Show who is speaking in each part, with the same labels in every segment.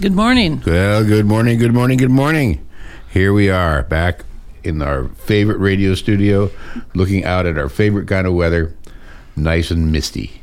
Speaker 1: Good morning.
Speaker 2: Well, good morning, good morning, good morning. Here we are back in our favorite radio studio, looking out at our favorite kind of weather, nice and misty.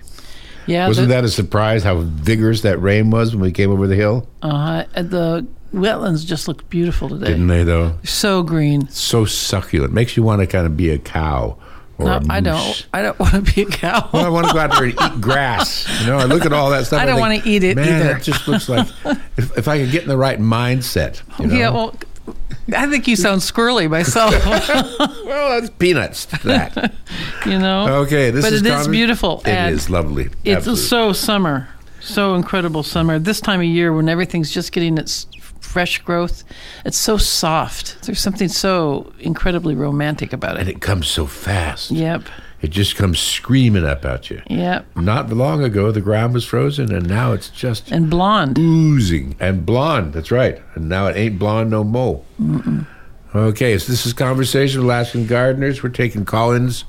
Speaker 1: Yeah,
Speaker 2: Wasn't
Speaker 1: the,
Speaker 2: that a surprise how vigorous that rain was when we came over the hill?
Speaker 1: uh, the wetlands just looked beautiful today.
Speaker 2: Didn't they though?
Speaker 1: So green.
Speaker 2: So succulent. Makes you want to kind of be a cow or
Speaker 1: No,
Speaker 2: a moose.
Speaker 1: I don't. I don't want to be a cow.
Speaker 2: Well, I want to go out there and eat grass. You know, I look at all that stuff.
Speaker 1: I don't
Speaker 2: think,
Speaker 1: wanna eat it
Speaker 2: Man,
Speaker 1: either."
Speaker 2: that just looks like if, if I could get in the right mindset. You know?
Speaker 1: Yeah, well, I think you sound squirrely myself.
Speaker 2: well, that's peanuts. to That.
Speaker 1: you know.
Speaker 2: Okay, this
Speaker 1: but
Speaker 2: is
Speaker 1: it is
Speaker 2: Conrad-
Speaker 1: beautiful.
Speaker 2: It
Speaker 1: and
Speaker 2: is lovely.
Speaker 1: It's
Speaker 2: Absolutely.
Speaker 1: so summer, so incredible summer. This time of year when everything's just getting its fresh growth, it's so soft. There's something so incredibly romantic about
Speaker 2: and
Speaker 1: it.
Speaker 2: it comes so fast.
Speaker 1: Yep.
Speaker 2: It just comes screaming up at you.
Speaker 1: Yep.
Speaker 2: Not long ago, the ground was frozen, and now it's just
Speaker 1: And blonde.
Speaker 2: oozing and blonde. That's right. And now it ain't blonde no more. Okay, so this is conversation with Alaskan gardeners. We're taking call-ins.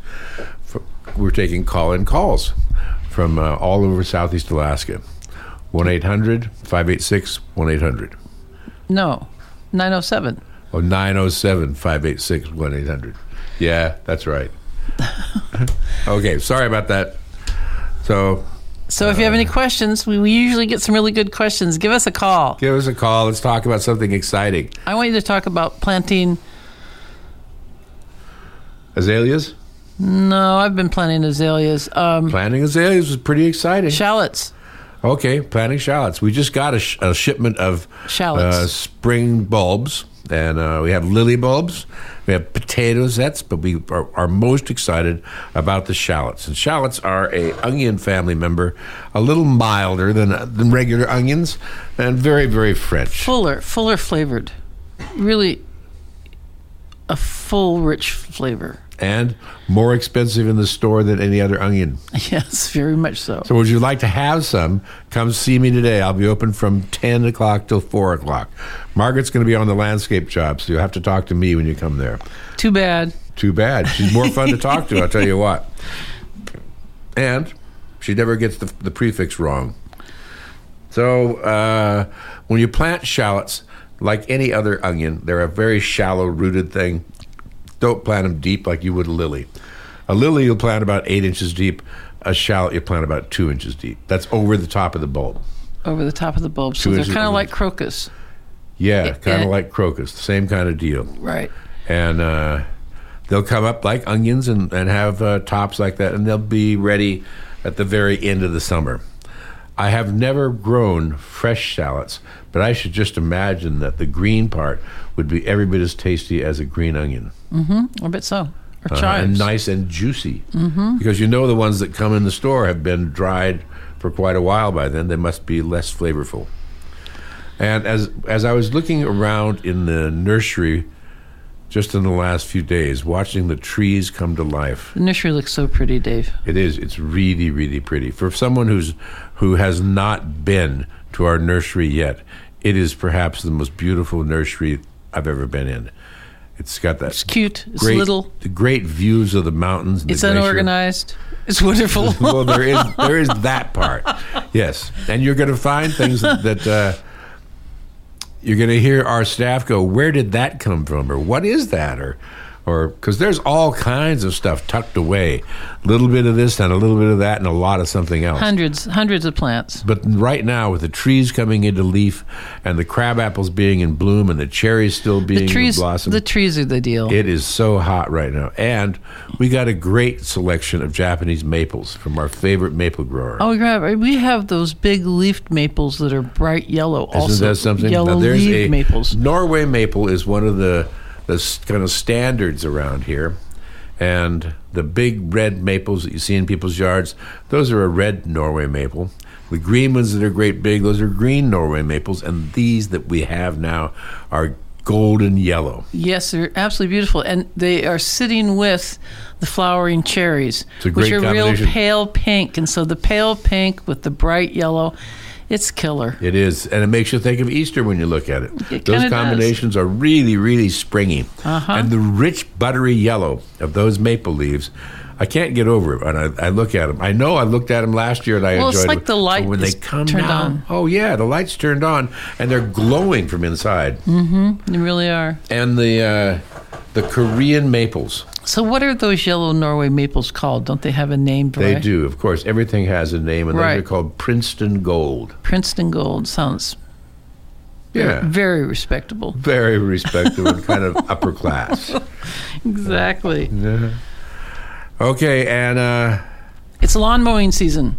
Speaker 2: For, we're taking call-in calls from uh, all over Southeast Alaska. 1-800-586-1800.
Speaker 1: No. 907.
Speaker 2: Oh, 907-586-1800. Yeah, that's right. okay, sorry about that. So
Speaker 1: So if you have any questions, we, we usually get some really good questions. Give us a call.
Speaker 2: give us a call. Let's talk about something exciting.
Speaker 1: I want you to talk about planting.
Speaker 2: Azaleas?
Speaker 1: No, I've been planting azaleas. Um,
Speaker 2: Planting azaleas was pretty exciting.
Speaker 1: shallots.
Speaker 2: Okay, planting shallots. We just got a, sh- a shipment of
Speaker 1: Shallots.
Speaker 2: uh, spring bulbs, and uh, we have lily bulbs, we have potato zets, but we are, are most excited about the shallots. And shallots are a onion family member, a little milder than than regular onions, and very very French.
Speaker 1: Fuller, fuller flavored. Really a full, rich flavor.
Speaker 2: and more expensive in the store than any other onion.
Speaker 1: Yes, very much so.
Speaker 2: So, would you like to have some? Come see me today. I'll be open from 10 o'clock till 4 o'clock. Margaret's going to be on the landscape job, so you'll have to talk to me when you come there.
Speaker 1: Too bad.
Speaker 2: Too bad. She's more fun to talk to, I'll tell you what. And she never gets the, the prefix wrong. So, uh, when you plant shallots, like any other onion, they're a very shallow rooted thing. Don't plant them deep like you would a lily. A lily you'll plant about eight inches deep. A shallot you plant about two inches deep. That's over the top of the bulb.
Speaker 1: Over the top of the bulb. So
Speaker 2: Two
Speaker 1: they're
Speaker 2: inches
Speaker 1: kind of
Speaker 2: over
Speaker 1: like
Speaker 2: the-
Speaker 1: crocus.
Speaker 2: Yeah, kind
Speaker 1: eh.
Speaker 2: of like crocus, the same kind of deal.
Speaker 1: Right.
Speaker 2: and uh, they'll come up like onions and, and have uh, tops like that, and they'll be ready at the very end of the summer. I have never grown fresh shallots, but I should just imagine that the green part would be every bit as tasty as a green onion.
Speaker 1: I bet so. Or
Speaker 2: Uh, and
Speaker 1: chives.
Speaker 2: nice and juicy. Mm-hmm. Because you know the ones that come in the store have been dried for quite a while by then. They must be less flavorful. And as as I was looking around in the nursery, just in the last few days, watching the trees come to life,
Speaker 1: The nursery looks so pretty, Dave.
Speaker 2: it is it's really really pretty. For someone who's who has not been to our nursery yet, it is perhaps the most beautiful nursery I've ever been in. It's got that
Speaker 1: It's cute. It's
Speaker 2: great,
Speaker 1: little.
Speaker 2: the great views of the mountains. and the
Speaker 1: It's
Speaker 2: glacier.
Speaker 1: unorganized. It's wonderful.
Speaker 2: well, there is there is that part. Yes, and you're going to find things that uh, you're going to hear our staff go, "Where did that come from?" or "What is that?" or or because there's all kinds of stuff tucked away, a little bit of this and a little bit of that and a lot of something else.
Speaker 1: hundreds, hundreds of plants.
Speaker 2: But right now, with the trees coming into leaf and the crab apples being in bloom and the cherries still being
Speaker 1: The trees,
Speaker 2: in blossom,
Speaker 1: the trees are the deal.
Speaker 2: it is so hot right now. And we got a great selection of Japanese maples from our favorite maple grower.
Speaker 1: Oh, grab! We have those big leafed maples that are bright yellow. also,
Speaker 2: Isn't that something? Now,
Speaker 1: Yellow
Speaker 2: there's
Speaker 1: leaf
Speaker 2: a-
Speaker 1: maples.
Speaker 2: Norway maple is one of the the s- kind of standards around here, and the big red maples that you see in people's yards, those are a red Norway maple. The green ones that are great big, those are green Norway maples, and these that we have now are golden yellow.
Speaker 1: Yes, they're absolutely beautiful, and they are sitting with the flowering cherries,
Speaker 2: a
Speaker 1: which
Speaker 2: great
Speaker 1: are real
Speaker 2: combination.
Speaker 1: pale pink. And so the pale pink with the bright yellow, it's killer.
Speaker 2: It is, and it makes you think of Easter when you look at it.
Speaker 1: It kinda
Speaker 2: those
Speaker 1: does.
Speaker 2: combinations are really, really springy, uh-huh. and the rich buttery yellow of those maple leaves I can't get over it. And I, I look at them. I know I looked at them last year and I
Speaker 1: Well, it's
Speaker 2: enjoyed
Speaker 1: like
Speaker 2: it.
Speaker 1: the light
Speaker 2: But when
Speaker 1: is
Speaker 2: they come
Speaker 1: turned
Speaker 2: down,
Speaker 1: on.
Speaker 2: Oh yeah, the lights turned on and they're glowing from inside.
Speaker 1: You really are.
Speaker 2: And the uh, the Korean maples.
Speaker 1: So, what are those yellow Norway maples called? Don't they have a name?
Speaker 2: They
Speaker 1: Bri?
Speaker 2: do, of course. Everything has a name, and
Speaker 1: Right.
Speaker 2: those are called Princeton Gold.
Speaker 1: Princeton Gold sounds
Speaker 2: Yeah.
Speaker 1: very respectable.
Speaker 2: Very respectable and kind of upper class.
Speaker 1: Exactly.
Speaker 2: Okay, and uh,
Speaker 1: It's lawn mowing season.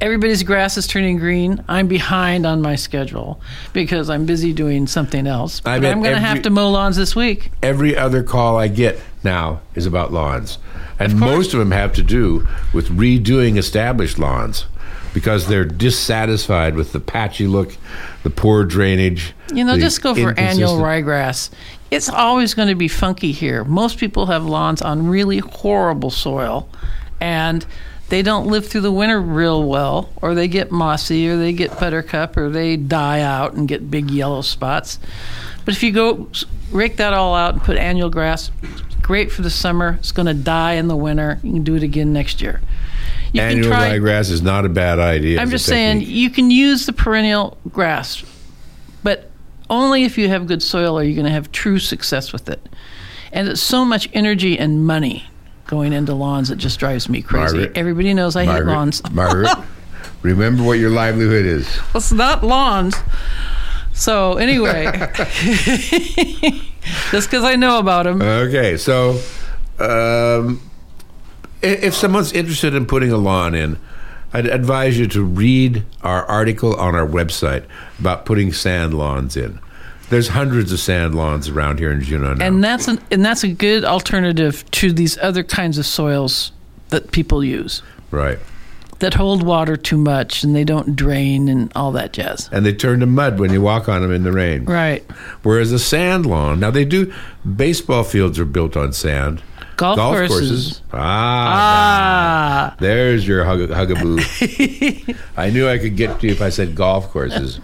Speaker 1: Everybody's grass is turning green. I'm behind on my schedule because I'm busy doing something else.
Speaker 2: I
Speaker 1: but
Speaker 2: bet
Speaker 1: I'm going to
Speaker 2: every-
Speaker 1: have to mow lawns this week.
Speaker 2: every other call I get now is about lawns. And most of them have to do with redoing established lawns because they're dissatisfied with the patchy look, the poor drainage.
Speaker 1: You know,
Speaker 2: the
Speaker 1: just go for annual
Speaker 2: inconsistent-
Speaker 1: ryegrass. It's always going to be funky here. Most people have lawns on really horrible soil and they don't live through the winter real well, or they get mossy, or they get buttercup, or they die out and get big yellow spots. But if you go s- rake that all out and put annual grass, it's great for the summer. It's going to die in the winter. You can do it again next year. You
Speaker 2: Annual ryegrass is not a bad idea.
Speaker 1: I'm
Speaker 2: as a
Speaker 1: just saying
Speaker 2: technique.
Speaker 1: you can use the perennial grass, but only if you have good soil are you going to have true success with it. And it's so much energy and money going into lawns it just drives me crazy.
Speaker 2: Margaret.
Speaker 1: Everybody knows I hate lawns.
Speaker 2: Margaret, remember what your livelihood is.
Speaker 1: It's not lawns. So anyway, just because I know about them,
Speaker 2: Okay, so um, i- if someone's interested in putting a lawn in, I'd advise you to read our article on our website about putting sand lawns in. There's hundreds of sand lawns around here in Juneau now.
Speaker 1: and that's an, and that's a good alternative to these other kinds of soils that people use
Speaker 2: right.
Speaker 1: that hold water too much and they don't drain and all that jazz.
Speaker 2: And they turn to mud when you walk on them in the rain.
Speaker 1: Right.
Speaker 2: Whereas a sand lawn, now they do, baseball fields are built on sand.
Speaker 1: Golf courses.
Speaker 2: Ah,
Speaker 1: Ah,
Speaker 2: There's your hug- hugaboo. I knew I could get to you if I said golf courses.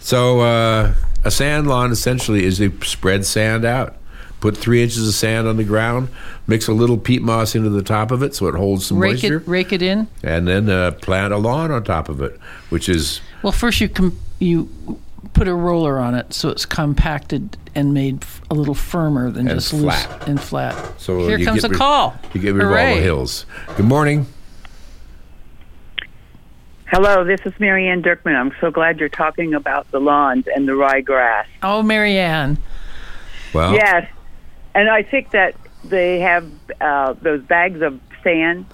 Speaker 2: So uh, a sand lawn essentially is they spread sand out. Put three inches of sand on the ground, mix a little peat moss into the top of it so it holds some
Speaker 1: rake
Speaker 2: moisture,
Speaker 1: it, rake it in.
Speaker 2: and then uh, plant a lawn on top of it, which is
Speaker 1: Well, first you com- you put a roller on it so it's compacted and made f- a little firmer than
Speaker 2: And
Speaker 1: just
Speaker 2: flat.
Speaker 1: loose and flat.
Speaker 2: so
Speaker 1: here
Speaker 2: you
Speaker 1: comes
Speaker 2: get
Speaker 1: a
Speaker 2: rid-
Speaker 1: call.
Speaker 2: You get rid of all
Speaker 1: Hooray.
Speaker 2: the hills. Good morning.
Speaker 3: Hello, this is Marianne Dirkman. I'm so glad you're talking about the lawns and the ryegrass.
Speaker 1: Oh, Marianne.
Speaker 2: Well,
Speaker 3: Yes, and I think that they have uh, those bags of sand,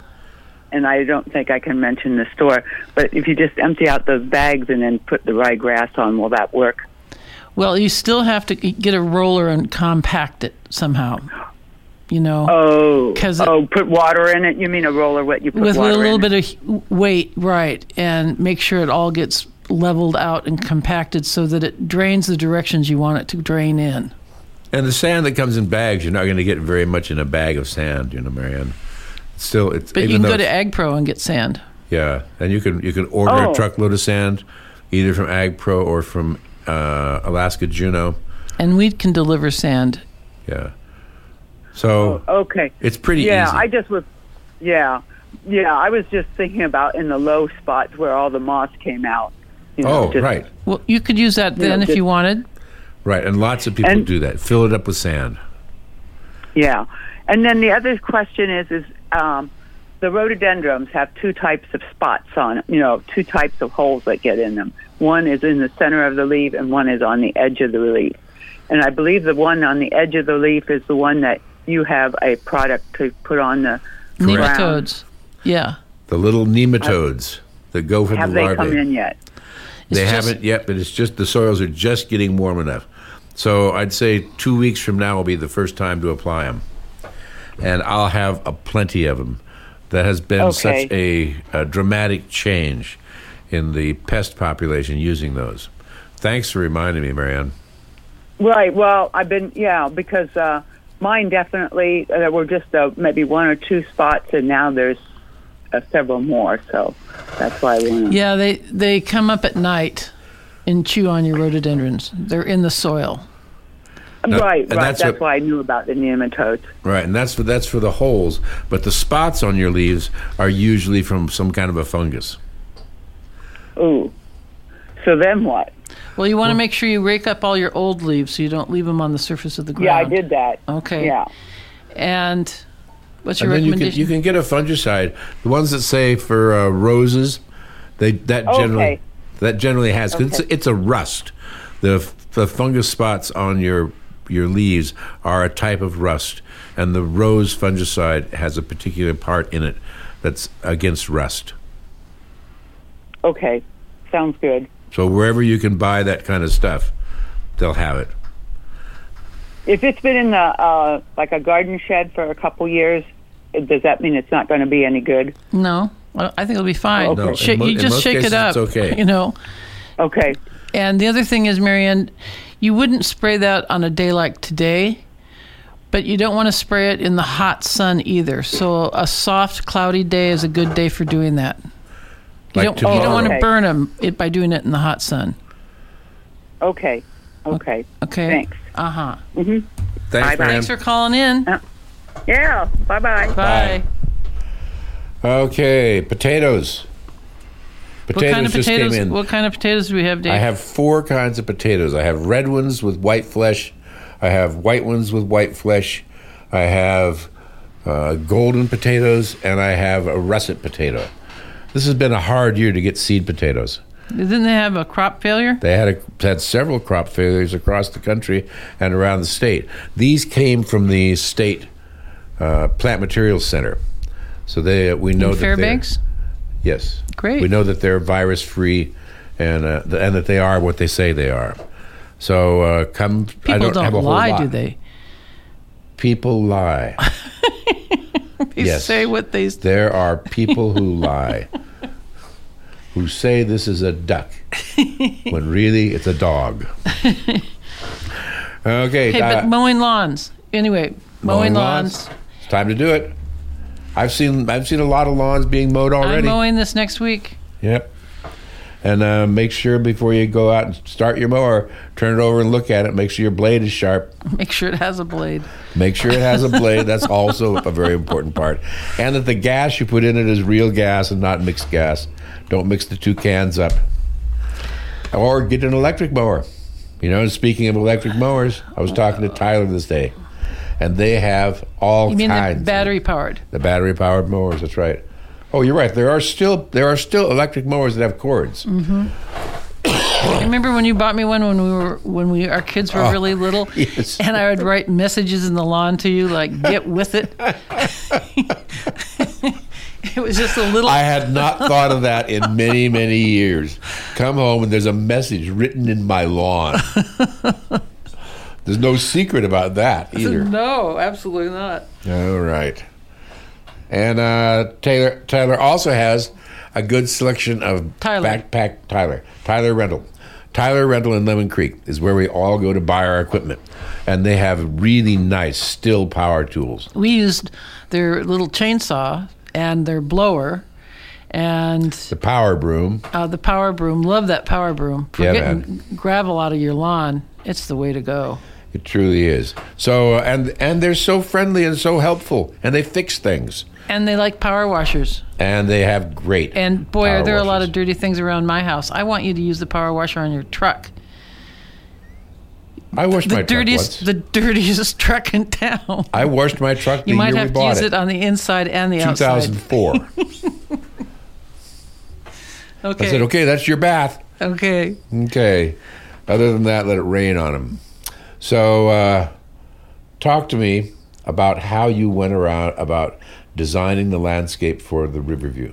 Speaker 3: and I don't think I can mention the store, but if you just empty out those bags and then put the ryegrass on, will that work?
Speaker 1: Well, you still have to g- get a roller and compact it somehow. You know,
Speaker 3: Oh,
Speaker 1: 'Cause it-
Speaker 3: oh, put water in it. You mean a roller? What you put
Speaker 1: with a
Speaker 3: water
Speaker 1: little
Speaker 3: in
Speaker 1: bit of he- weight, right, and make sure it all gets leveled out and compacted so that it drains the directions you want it to drain in.
Speaker 2: And the sand that comes in bags, you're not going to get very much in a bag of sand, you know, Marianne. Still, it's
Speaker 1: But
Speaker 2: even
Speaker 1: you can
Speaker 2: though
Speaker 1: go to
Speaker 2: it's-
Speaker 1: AgPro and get sand.
Speaker 2: Yeah, and you can you can order a
Speaker 3: Oh.
Speaker 2: truckload of sand, either from AgPro or from uh, Alaska Juno.
Speaker 1: And we can deliver sand.
Speaker 2: Yeah, so
Speaker 3: Okay.
Speaker 2: it's pretty
Speaker 3: Oh, yeah,
Speaker 2: easy.
Speaker 3: I just was, yeah, yeah. I was just thinking about in the low spots where all the moss came out. You know,
Speaker 2: oh,
Speaker 3: just-
Speaker 2: right,
Speaker 1: Well, you could use that then if
Speaker 3: just-
Speaker 1: you wanted.
Speaker 2: right, and lots of people
Speaker 3: And-
Speaker 2: do that. Fill it up with sand.
Speaker 3: Yeah, and then the other question is: is um, the rhododendrons have two types of spots on it? You know, two types of holes that get in them. One is in the center of the leaf, and one is on the edge of the leaf. And I believe the one on the edge of the leaf is the one that you have a product to put on the ground.
Speaker 1: Nematodes. Yeah.
Speaker 2: The little nematodes that go for
Speaker 3: Have
Speaker 2: the
Speaker 3: they
Speaker 2: larvae.
Speaker 3: come in yet?
Speaker 2: They
Speaker 1: It's just-
Speaker 2: haven't yet, but it's just the soils are just getting warm enough. So I'd say two weeks from now will be the first time to apply them, and I'll have a plenty of them. That has been such a, a dramatic change in the pest population using those. Thanks for reminding me, Marianne.
Speaker 3: Right. Well, I've been yeah because uh, mine definitely uh, there were just uh, maybe one or two spots, and now there's uh, several more. So that's why I want to.
Speaker 1: Yeah, they, they come up at night and chew on your rhododendrons. They're in the soil.
Speaker 2: No,
Speaker 3: right,
Speaker 2: and
Speaker 3: right.
Speaker 2: that's
Speaker 3: That's,
Speaker 2: what-
Speaker 3: why I knew about the nematodes.
Speaker 2: Right, and that's for that's for the holes, but the spots on your leaves are usually from some kind of a fungus.
Speaker 3: Ooh. So then what?
Speaker 1: Well, you want to make sure you rake up all your old leaves so you don't leave them on the surface of the ground.
Speaker 3: Yeah, I did that.
Speaker 1: Okay.
Speaker 3: Yeah.
Speaker 1: And what's your
Speaker 2: and then you can
Speaker 1: recommendation?
Speaker 2: you can get a fungicide. The ones that say for uh, roses, they that
Speaker 3: Okay.
Speaker 2: generally that generally has 'cause it's, it's a rust. The f- the fungus spots on your your leaves are a type of rust, and the rose fungicide has a particular part in it that's against rust.
Speaker 3: Okay. Sounds good.
Speaker 2: So wherever you can buy that kind of stuff, they'll have it.
Speaker 3: If it's been in the uh, like a garden shed for a couple years, does that mean it's not going to be any good?
Speaker 1: no, I I think it'll be fine.
Speaker 2: No, in
Speaker 1: Shake-
Speaker 2: mo-
Speaker 1: you
Speaker 2: in
Speaker 1: just
Speaker 2: most
Speaker 1: shake
Speaker 2: cases,
Speaker 1: it up.
Speaker 2: it's okay.
Speaker 1: You know.
Speaker 3: Okay.
Speaker 1: And the other thing is, Marianne, you wouldn't spray that on a day like today, but you don't want to spray it in the hot sun either. So a soft, cloudy day is a good day for doing that. You
Speaker 2: Like
Speaker 1: don't, you don't
Speaker 2: tomorrow.
Speaker 1: want to
Speaker 3: Okay.
Speaker 1: burn them it, by doing it in the hot sun.
Speaker 3: Okay. Okay.
Speaker 1: Okay.
Speaker 3: Thanks.
Speaker 1: Uh huh.
Speaker 2: Thanks,
Speaker 3: Bye-bye.
Speaker 2: Fran.
Speaker 1: Thanks for calling in. Bye.
Speaker 3: Yeah. Bye bye.
Speaker 2: Okay, potatoes.
Speaker 1: What
Speaker 2: Potatoes
Speaker 1: kind of
Speaker 2: just
Speaker 1: potatoes?
Speaker 2: came in.
Speaker 1: What kind of potatoes do we have, Dave?
Speaker 2: I have four kinds of potatoes. I have red ones with white flesh. I have white ones with white flesh. I have uh, golden potatoes, and I have a russet potato. This has been a hard year to get seed potatoes.
Speaker 1: Didn't they have a crop failure?
Speaker 2: They had a, had several crop failures across the country and around the state. These came from the state uh, plant materials center, so they we know that they're-
Speaker 1: Fairbanks?
Speaker 2: Yes.
Speaker 1: Great.
Speaker 2: We know that they're virus free, and uh, th- and that they are what they say they are. So uh, come.
Speaker 1: People
Speaker 2: I don't, have a whole
Speaker 1: lie,
Speaker 2: lot.
Speaker 1: do they?
Speaker 2: People lie.
Speaker 1: They
Speaker 2: Yes.
Speaker 1: say what they
Speaker 2: there are people who lie, who say this is a duck, when really it's a dog. Okay.
Speaker 1: Hey,
Speaker 2: uh,
Speaker 1: but mowing lawns. Anyway, mowing, lawns.
Speaker 2: It's time to do it. I've seen I've seen a lot of lawns being mowed
Speaker 1: I'm
Speaker 2: already.
Speaker 1: mowing this next week.
Speaker 2: Yep. And uh, make sure before you go out and start your mower, turn it over and look at it. Make sure your blade is sharp.
Speaker 1: Make sure it has a blade.
Speaker 2: Make sure it has a blade. That's also a very important part. And that the gas you put in it is real gas and not mixed gas. Don't mix the two cans up. Or get an electric mower. You know, speaking of electric mowers, I was talking to Tyler this day, and they have all
Speaker 1: You mean
Speaker 2: kinds.
Speaker 1: the
Speaker 2: of-
Speaker 1: battery powered?
Speaker 2: the battery powered mowers. That's right. Oh, you're right. There are still there are still electric mowers that have cords.
Speaker 1: Remember when you bought me one when we were when we our kids were really little,
Speaker 2: Oh, yes.
Speaker 1: and I would write messages in the lawn to you like "Get with it." it was just a little.
Speaker 2: I had not thought of that in many, many years. Come home and there's a message written in my lawn. There's no secret about that either.
Speaker 1: no, absolutely not.
Speaker 2: All right. And uh, Taylor Tyler also has a good selection of
Speaker 1: Tyler.
Speaker 2: backpack Tyler Tyler Rental. Tyler Rental in Lemon Creek is where we all go to buy our equipment, and they have really nice still power tools.
Speaker 1: We used their little chainsaw and their blower, and
Speaker 2: The power broom.
Speaker 1: uh, the power broom. Love that power broom for
Speaker 2: Yeah,
Speaker 1: getting gravel out of your lawn. It's the way to go.
Speaker 2: It truly is. So uh, and and they're so friendly and so helpful, and they fix things,
Speaker 1: And they like power washers.
Speaker 2: and they have great.
Speaker 1: And boy,
Speaker 2: power
Speaker 1: are there a lot
Speaker 2: washers.
Speaker 1: of dirty things around my house. I want you to use the power washer on your truck.
Speaker 2: I washed
Speaker 1: The
Speaker 2: my
Speaker 1: dirtiest,
Speaker 2: truck once.
Speaker 1: the dirtiest truck in town.
Speaker 2: I washed my truck the
Speaker 1: You might
Speaker 2: year
Speaker 1: have
Speaker 2: we
Speaker 1: to
Speaker 2: bought
Speaker 1: use it. on the inside and the outside.
Speaker 2: 2004.
Speaker 1: Okay.
Speaker 2: I said, okay, that's your bath.
Speaker 1: Okay.
Speaker 2: Okay. Other than that, let it rain on them. So, uh, talk to me about how you went around about designing the landscape for the Riverview.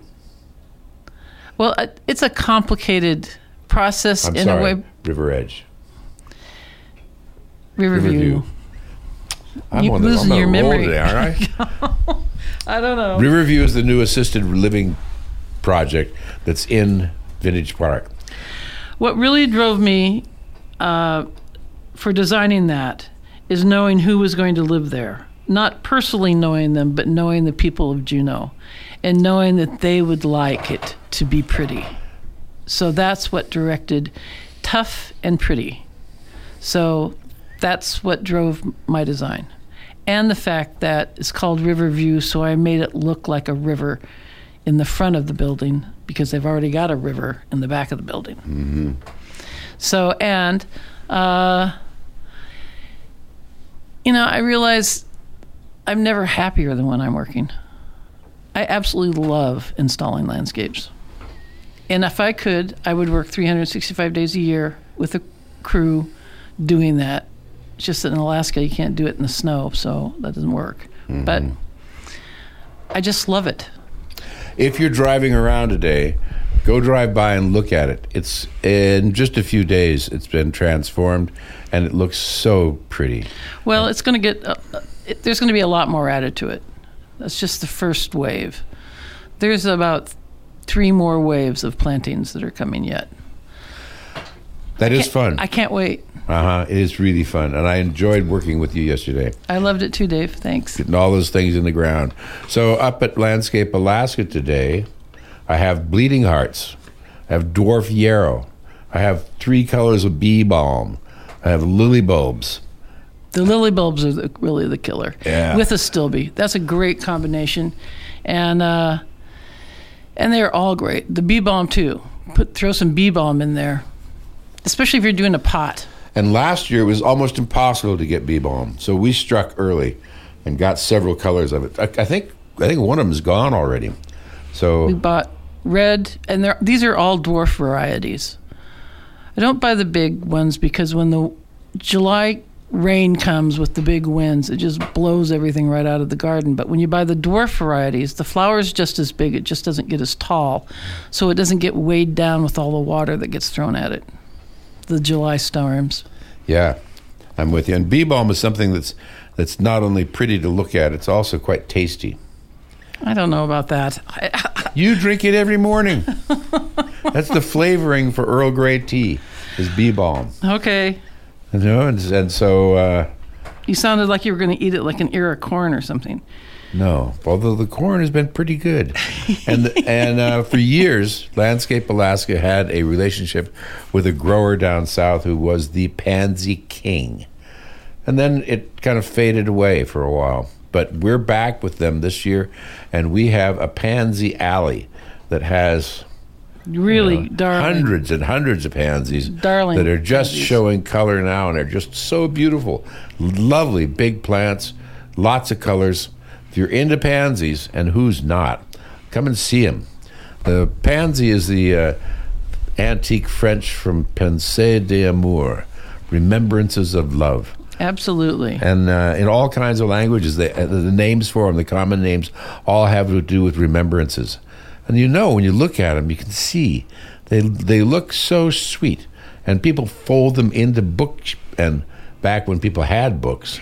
Speaker 1: Well, uh, it's a complicated process
Speaker 2: I'm
Speaker 1: in
Speaker 2: sorry,
Speaker 1: a way.
Speaker 2: River Edge.
Speaker 1: Riverview.
Speaker 2: Riverview. I'm
Speaker 1: You-
Speaker 2: on the,
Speaker 1: losing
Speaker 2: I'm on
Speaker 1: your
Speaker 2: a roll
Speaker 1: memory.
Speaker 2: today, all right?
Speaker 1: I don't know.
Speaker 2: Riverview is the new assisted living project that's in Vintage Park.
Speaker 1: What really drove me uh, for designing that is knowing who was going to live there. Not personally knowing them, but knowing the people of Juneau and knowing that they would like it to be pretty. So that's what directed Tough and Pretty. So that's what drove my design. And the fact that it's called River View, so I made it look like a river in the front of the building because they've already got a river in the back of the building. So, and, uh, you know, I realize I'm never happier than when I'm working. I absolutely love installing landscapes. And if I could, I would work 365 days a year with a crew doing that. It's just that in Alaska, you can't do it in the snow, so that doesn't work. But I just love it.
Speaker 2: If you're driving around today, go drive by and look at it. It's in just a few days. It's been transformed, and it looks so pretty.
Speaker 1: Well, it's going to get, uh, uh, it, there's going to be a lot more added to it. That's just the first wave. There's about three more waves of plantings that are coming yet.
Speaker 2: That is fun.
Speaker 1: I can't wait.
Speaker 2: Uh huh. It is really fun, and I enjoyed working with you yesterday.
Speaker 1: I loved it too, Dave. Thanks.
Speaker 2: and all those things in the ground. So up at Landscape Alaska today, I have bleeding hearts. I have dwarf yarrow. I have three colors of bee balm. I have lily bulbs.
Speaker 1: The lily bulbs are the, really the killer.
Speaker 2: Yeah.
Speaker 1: With a stilby, that's a great combination, and uh, and they're all great. The bee balm too. Put throw some bee balm in there, especially if you're doing a pot.
Speaker 2: And last year it was almost impossible to get bee balm, so we struck early and got several colors of it. I, I think I think one of them's gone already. So
Speaker 1: We bought red, and they're, these are all dwarf varieties. I don't buy the big ones because when the July rain comes with the big winds, it just blows everything right out of the garden. But when you buy the dwarf varieties, the flower's just as big, it just doesn't get as tall. So it doesn't get weighed down with all the water that gets thrown at it. The July storms.
Speaker 2: Yeah, I'm with you. And bee balm is something that's that's not only pretty to look at; it's also quite tasty.
Speaker 1: I don't know about that. I,
Speaker 2: You drink it every morning. that's the flavoring for Earl Grey tea is bee balm.
Speaker 1: okay.
Speaker 2: You know, and, and so uh,
Speaker 1: You sounded like you were going to eat it like an ear of corn or something.
Speaker 2: no, although the corn has been pretty good, and and uh, for years, Landscape Alaska had a relationship with a grower down south who was the pansy king. And then it kind of faded away for a while. But we're back with them this year, and we have a pansy alley that has
Speaker 1: Really darling.
Speaker 2: hundreds and hundreds of pansies
Speaker 1: Darling
Speaker 2: that are just
Speaker 1: pansies.
Speaker 2: showing color now and are just so beautiful. Lovely big plants, lots of colors. If you're into pansies, and who's not, come and see them. The pansy is the uh, antique French from Pensée d'amour, remembrances of love
Speaker 1: Absolutely.
Speaker 2: and uh, in all kinds of languages, the, uh, the names for them, the common names, all have to do with remembrances. And you know, when you look at them, you can see they they look so sweet, and people fold them into books. And back when people had books,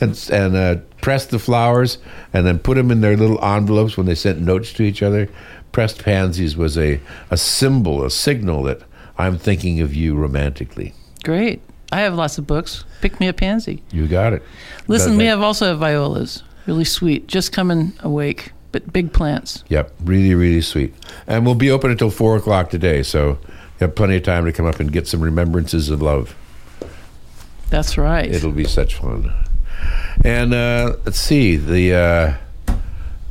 Speaker 2: and and uh, pressed the flowers, and then put them in their little envelopes when they sent notes to each other. Pressed pansies was a, a symbol, a signal that I'm thinking of you romantically.
Speaker 1: Great. I have lots of books. Pick me a pansy.
Speaker 2: You got it.
Speaker 1: Listen,
Speaker 2: Does
Speaker 1: we
Speaker 2: that-
Speaker 1: have also have violas. Really sweet. Just coming awake, but big plants.
Speaker 2: Yep, really, really sweet. And we'll be open until four o'clock today, so you have plenty of time to come up and get some remembrances of love.
Speaker 1: That's right.
Speaker 2: It'll be such fun. And uh, let's see, the uh,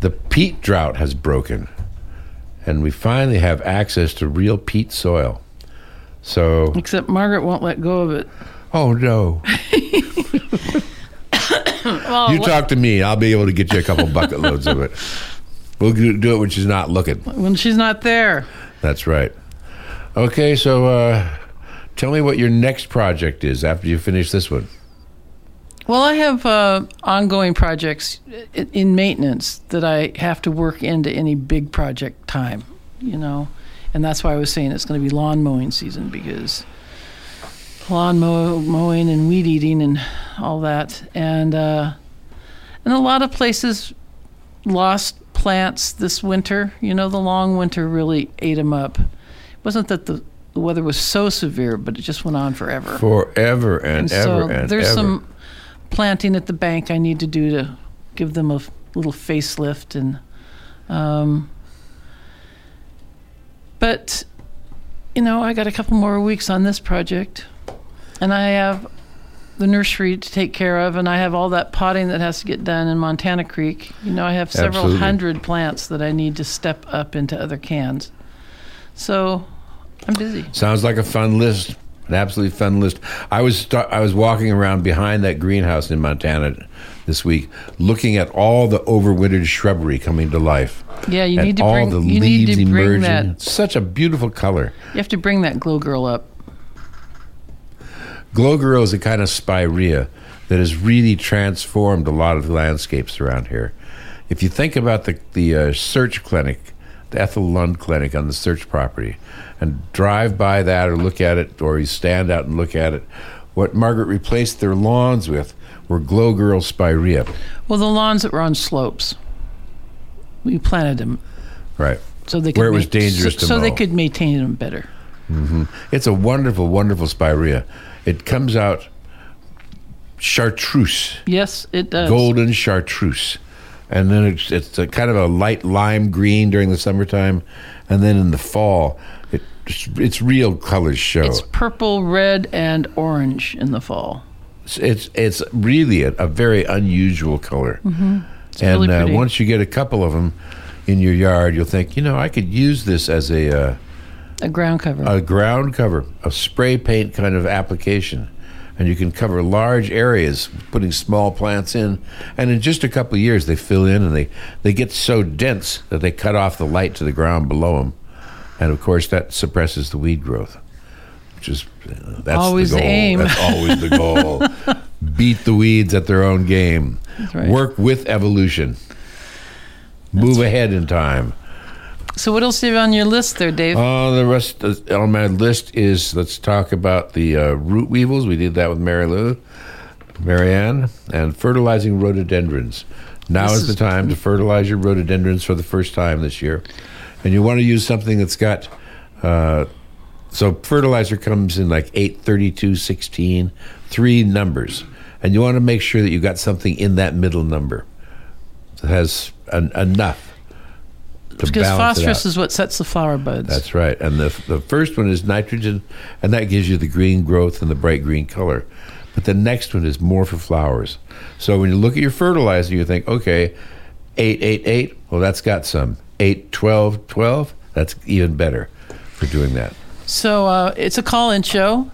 Speaker 2: the peat drought has broken, and we finally have access to real peat soil. So,
Speaker 1: Except Margaret won't let go of it.
Speaker 2: oh no,
Speaker 1: Well,
Speaker 2: you
Speaker 1: wh-
Speaker 2: talk to me. I'll be able to get you a couple bucket loads of it. We'll do do it when she's not looking.
Speaker 1: when she's not there.
Speaker 2: That's right. Okay, so uh, tell me what your next project is after you finish this one.
Speaker 1: Well, I have uh, ongoing projects i- in maintenance that I have to work into any big project time, you know, and that's why I was saying it's going to be lawn mowing season because lawn mow- mowing and weed eating and all that, and uh, and a lot of places lost plants this winter. You know, the long winter really ate them up. It wasn't that the, the weather was so severe, but it just went on forever.
Speaker 2: Forever and, ever
Speaker 1: so
Speaker 2: and
Speaker 1: there's
Speaker 2: ever.
Speaker 1: some planting at the bank I need to do to give them a f- little facelift and um, but you know I got a couple more weeks on this project and I have the nursery to take care of, and I have all that potting that has to get done in Montana Creek. You know, I have several
Speaker 2: Absolutely.
Speaker 1: hundred plants that I need to step up into other cans. So I'm busy.
Speaker 2: Sounds like a fun list. An absolutely fun list. I was sta- I was walking around behind that greenhouse in Montana this week, looking at all the overwintered shrubbery coming to life.
Speaker 1: Yeah, you
Speaker 2: and
Speaker 1: need to
Speaker 2: all
Speaker 1: bring
Speaker 2: the
Speaker 1: you need
Speaker 2: leaves
Speaker 1: to bring
Speaker 2: emerging.
Speaker 1: that
Speaker 2: It's Such a beautiful color.
Speaker 1: you have to bring that glow girl up.
Speaker 2: Glow Girl is a kind of spirea that has really transformed a lot of landscapes around here. If you think about the the uh, search clinic, the Ethel Lund clinic on the search property, and drive by that or look at it, or you stand out and look at it, what Margaret replaced their lawns with were Glow Girl spirea.
Speaker 1: Well, the lawns that were on slopes, we planted them
Speaker 2: Right.
Speaker 1: so they could
Speaker 2: Where it was
Speaker 1: ma- so-
Speaker 2: dangerous to
Speaker 1: so they
Speaker 2: mow.
Speaker 1: could maintain them better.
Speaker 2: It's a wonderful, wonderful spirea. It comes out chartreuse.
Speaker 1: Yes, it does.
Speaker 2: golden chartreuse. And then it's, it's a kind of a light lime green during the summertime. And then in the fall, it, its real colors show.
Speaker 1: It's
Speaker 2: It's,
Speaker 1: purple, red, and orange in the fall.
Speaker 2: it's, it's really a, a very unusual color. Mm-hmm. And
Speaker 1: really
Speaker 2: uh,
Speaker 1: pretty.
Speaker 2: once you get a couple of them in your yard, you'll think, you know, I could use this as a, uh,
Speaker 1: A ground cover.
Speaker 2: a ground cover, a spray paint kind of application. And you can cover large areas putting small plants in. And in just a couple of years, they fill in and they, they get so dense that they cut off the light to the ground below them. And of course, that suppresses the weed growth, which is uh, that's
Speaker 1: Always
Speaker 2: the
Speaker 1: the
Speaker 2: goal.
Speaker 1: aim.
Speaker 2: That's always the goal. Beat the weeds at their own game.
Speaker 1: right.
Speaker 2: Work with evolution. Move ahead in time.
Speaker 1: so what else do you have on your list there, Dave?
Speaker 2: Uh, the rest of, on my list is let's talk about the uh, root weevils. We did that with Mary Lou, Marianne, and fertilizing rhododendrons. Now
Speaker 1: This
Speaker 2: is, the
Speaker 1: is-
Speaker 2: time to fertilize your rhododendrons for the first time this year, and you want to use something that's got. Uh, so fertilizer comes in like 8, 32, 16, three numbers, and you want to make sure that you got something in that middle number that has an, enough. to
Speaker 1: because
Speaker 2: balance it out.
Speaker 1: phosphorus is what sets the flower buds.
Speaker 2: That's right. And the, the first one is nitrogen, and that gives you the green growth and the bright green color. But the next one is more for flowers. So when you look at your fertilizer, you think, okay, 888, well, that's got some. 812, 12, that's even better for doing that.
Speaker 1: so uh, it's a call-in show.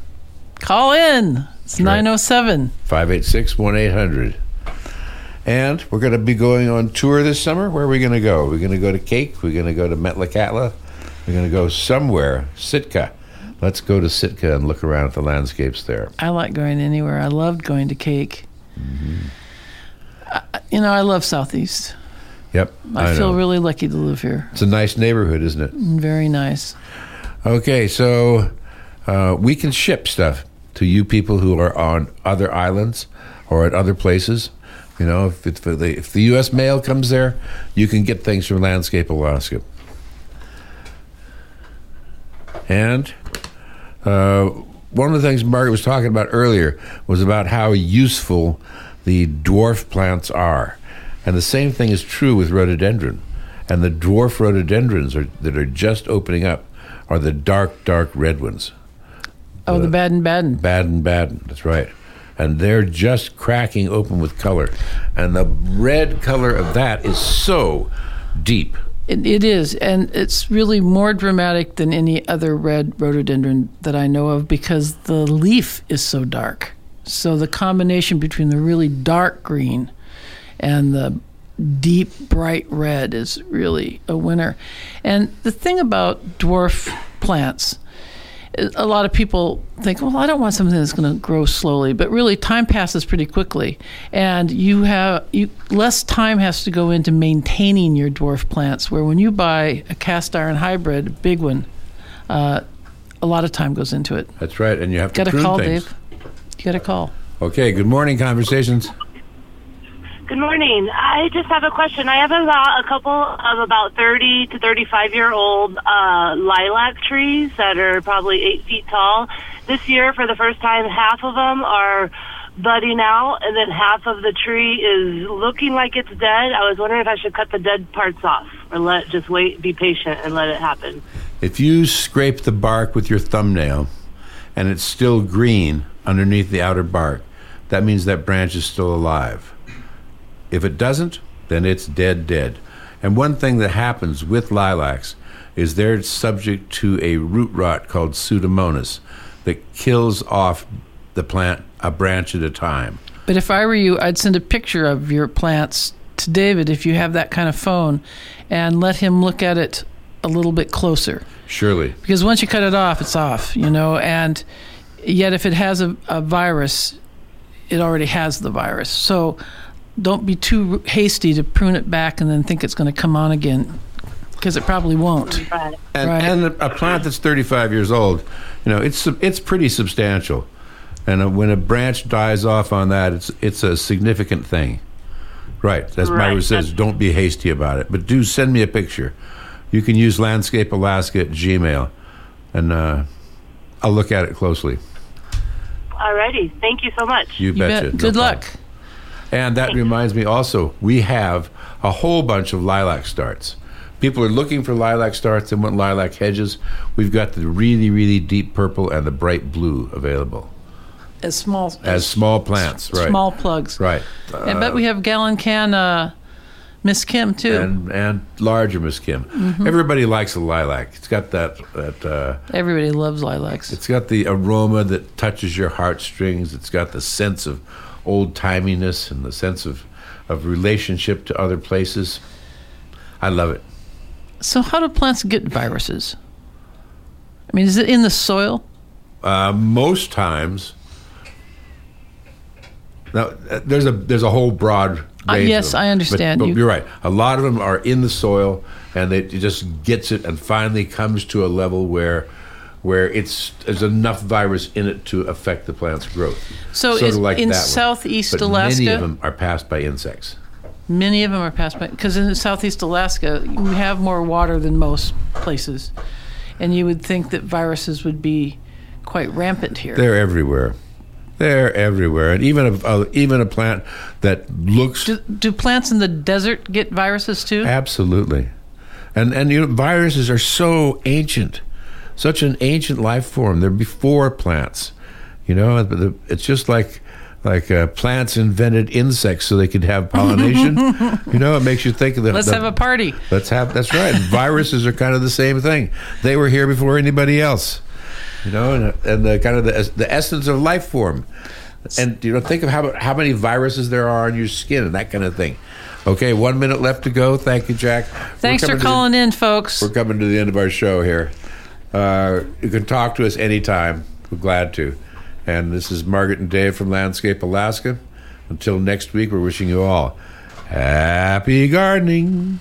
Speaker 1: Call in. It's
Speaker 2: right.
Speaker 1: 907.
Speaker 2: 586 1800. And we're going to be going on tour this summer. Where are we going to go? We're going to go to Cake. We're going to go to Metlakatla. We're going to go somewhere, Sitka. Let's go to Sitka and look around at the landscapes there.
Speaker 1: I like going anywhere. I loved going to Cake.
Speaker 2: Mm-hmm.
Speaker 1: I- you know, I love Southeast.
Speaker 2: Yep.
Speaker 1: I,
Speaker 2: know.
Speaker 1: feel really lucky to live here.
Speaker 2: It's a nice neighborhood, isn't it?
Speaker 1: Very nice.
Speaker 2: Okay, so uh, we can ship stuff to you people who are on other islands or at other places. You know, if, it, if, the, if the U.S. mail comes there, you can get things from Landscape Alaska. And uh, one of the things Margaret was talking about earlier was about how useful the dwarf plants are. And the same thing is true with rhododendron. And the dwarf rhododendrons are, that are just opening up are the dark, dark red ones.
Speaker 1: Oh, the Baden Baden.
Speaker 2: Baden Baden, that's right. And they're just cracking open with color. And the red color of that is so deep.
Speaker 1: It, it is, and it's really more dramatic than any other red rhododendron that I know of because the leaf is so dark. So the combination between the really dark green and the deep bright red is really a winner. And the thing about dwarf plants a lot of people think, well, I don't want something that's going to grow slowly, but really, time passes pretty quickly, and you have you less time has to go into maintaining your dwarf plants. Where when you buy a cast iron hybrid, a big one, uh, a lot of time goes into it.
Speaker 2: That's right. And you have to
Speaker 1: Got a
Speaker 2: prune
Speaker 1: call,
Speaker 2: things.
Speaker 1: Dave. You got a call.
Speaker 2: Okay, good morning, conversations.
Speaker 4: Good morning. I just have a question. I have about a couple of about 30 to 35 year old uh, lilac trees that are probably eight feet tall. This year, for the first time, half of them are budding out, and then half of the tree is looking like it's dead. I was wondering if I should cut the dead parts off or let just wait, be patient, and let it happen.
Speaker 2: If you scrape the bark with your thumbnail and it's still green underneath the outer bark, that means that branch is still alive. If it doesn't, then it's dead, dead. And one thing that happens with lilacs is they're subject to a root rot called Pseudomonas that kills off the plant a branch at a time.
Speaker 1: But if I were you, I'd send a picture of your plants to David if you have that kind of phone and let him look at it a little bit closer.
Speaker 2: Surely.
Speaker 1: Because once you cut it off, it's off, you know, and yet if it has a, a virus, it already has the virus. So don't be too hasty to prune it back and then think it's going to come on again because it probably won't.
Speaker 4: Right.
Speaker 2: and,
Speaker 1: Right.
Speaker 2: and a plant that's 35 years old, you know, it's it's pretty substantial. And uh, when a branch dies off on that, it's it's a significant thing. Right. That's my
Speaker 4: Right.
Speaker 2: Myra says. Don't be hasty about it, but do send me a picture. You can use Landscape Alaska at Gmail, and uh, I'll look at it closely.
Speaker 4: Alrighty. Thank you so much.
Speaker 2: You,
Speaker 1: You bet.
Speaker 2: betcha. No
Speaker 1: Good
Speaker 2: problem.
Speaker 1: luck.
Speaker 2: And that reminds me also, we have a whole bunch of lilac starts. People are looking for lilac starts and want lilac hedges. We've got the really, really deep purple and the bright blue available
Speaker 1: As small
Speaker 2: as small plants, right?
Speaker 1: small plugs.
Speaker 2: Right.
Speaker 1: I bet we have gallon can uh, Miss Kim too.
Speaker 2: And, and larger Miss Kim. Everybody likes a lilac. It's got that, that uh,
Speaker 1: Everybody loves lilacs.
Speaker 2: It's got the aroma that touches your heartstrings. It's got the sense of old timiness and the sense of, of relationship to other places. I love it.
Speaker 1: so how do plants get viruses? I mean, is it in the soil?
Speaker 2: Uh, most times, now uh, there's a there's a whole broad.
Speaker 1: Uh,
Speaker 2: range of
Speaker 1: yes,
Speaker 2: them.
Speaker 1: I understand.
Speaker 2: But, but
Speaker 1: You-
Speaker 2: you're right. A lot of them are in the soil, and they, it just gets it, and finally comes to a level where where it's there's enough virus in it to affect the plant's growth.
Speaker 1: So
Speaker 2: Sorta
Speaker 1: is- in
Speaker 2: that one.
Speaker 1: Southeast
Speaker 2: But many
Speaker 1: Alaska-
Speaker 2: of them are passed by insects.
Speaker 1: Many of them are passed by because in Southeast Alaska we have more water than most places, and you would think that viruses would be quite rampant here.
Speaker 2: They're everywhere. They're everywhere, and even a, a even a plant that looks
Speaker 1: do, do plants in the desert get viruses too?
Speaker 2: Absolutely, and and you know, viruses are so ancient, such an ancient life form. They're before plants, you know. but the- It's just like like uh, plants invented insects so they could have pollination. you know, it makes you think of the.
Speaker 1: Let's
Speaker 2: the-
Speaker 1: have a party.
Speaker 2: Let's have. That's right. viruses are kind of the same thing. They were here before anybody else. You know, and, and the kind of the, the essence of life form. And you know, think of how how many viruses there are on your skin and that kind of thing. Okay, one minute left to go. Thank you, Jack. We're
Speaker 1: Thanks for
Speaker 2: coming to the-
Speaker 1: calling in, folks.
Speaker 2: we're coming to the end of our show here. Uh, you can talk to us anytime. We're glad to. And this is Margaret and Dave from Landscape Alaska. Until next week, we're wishing you all happy gardening.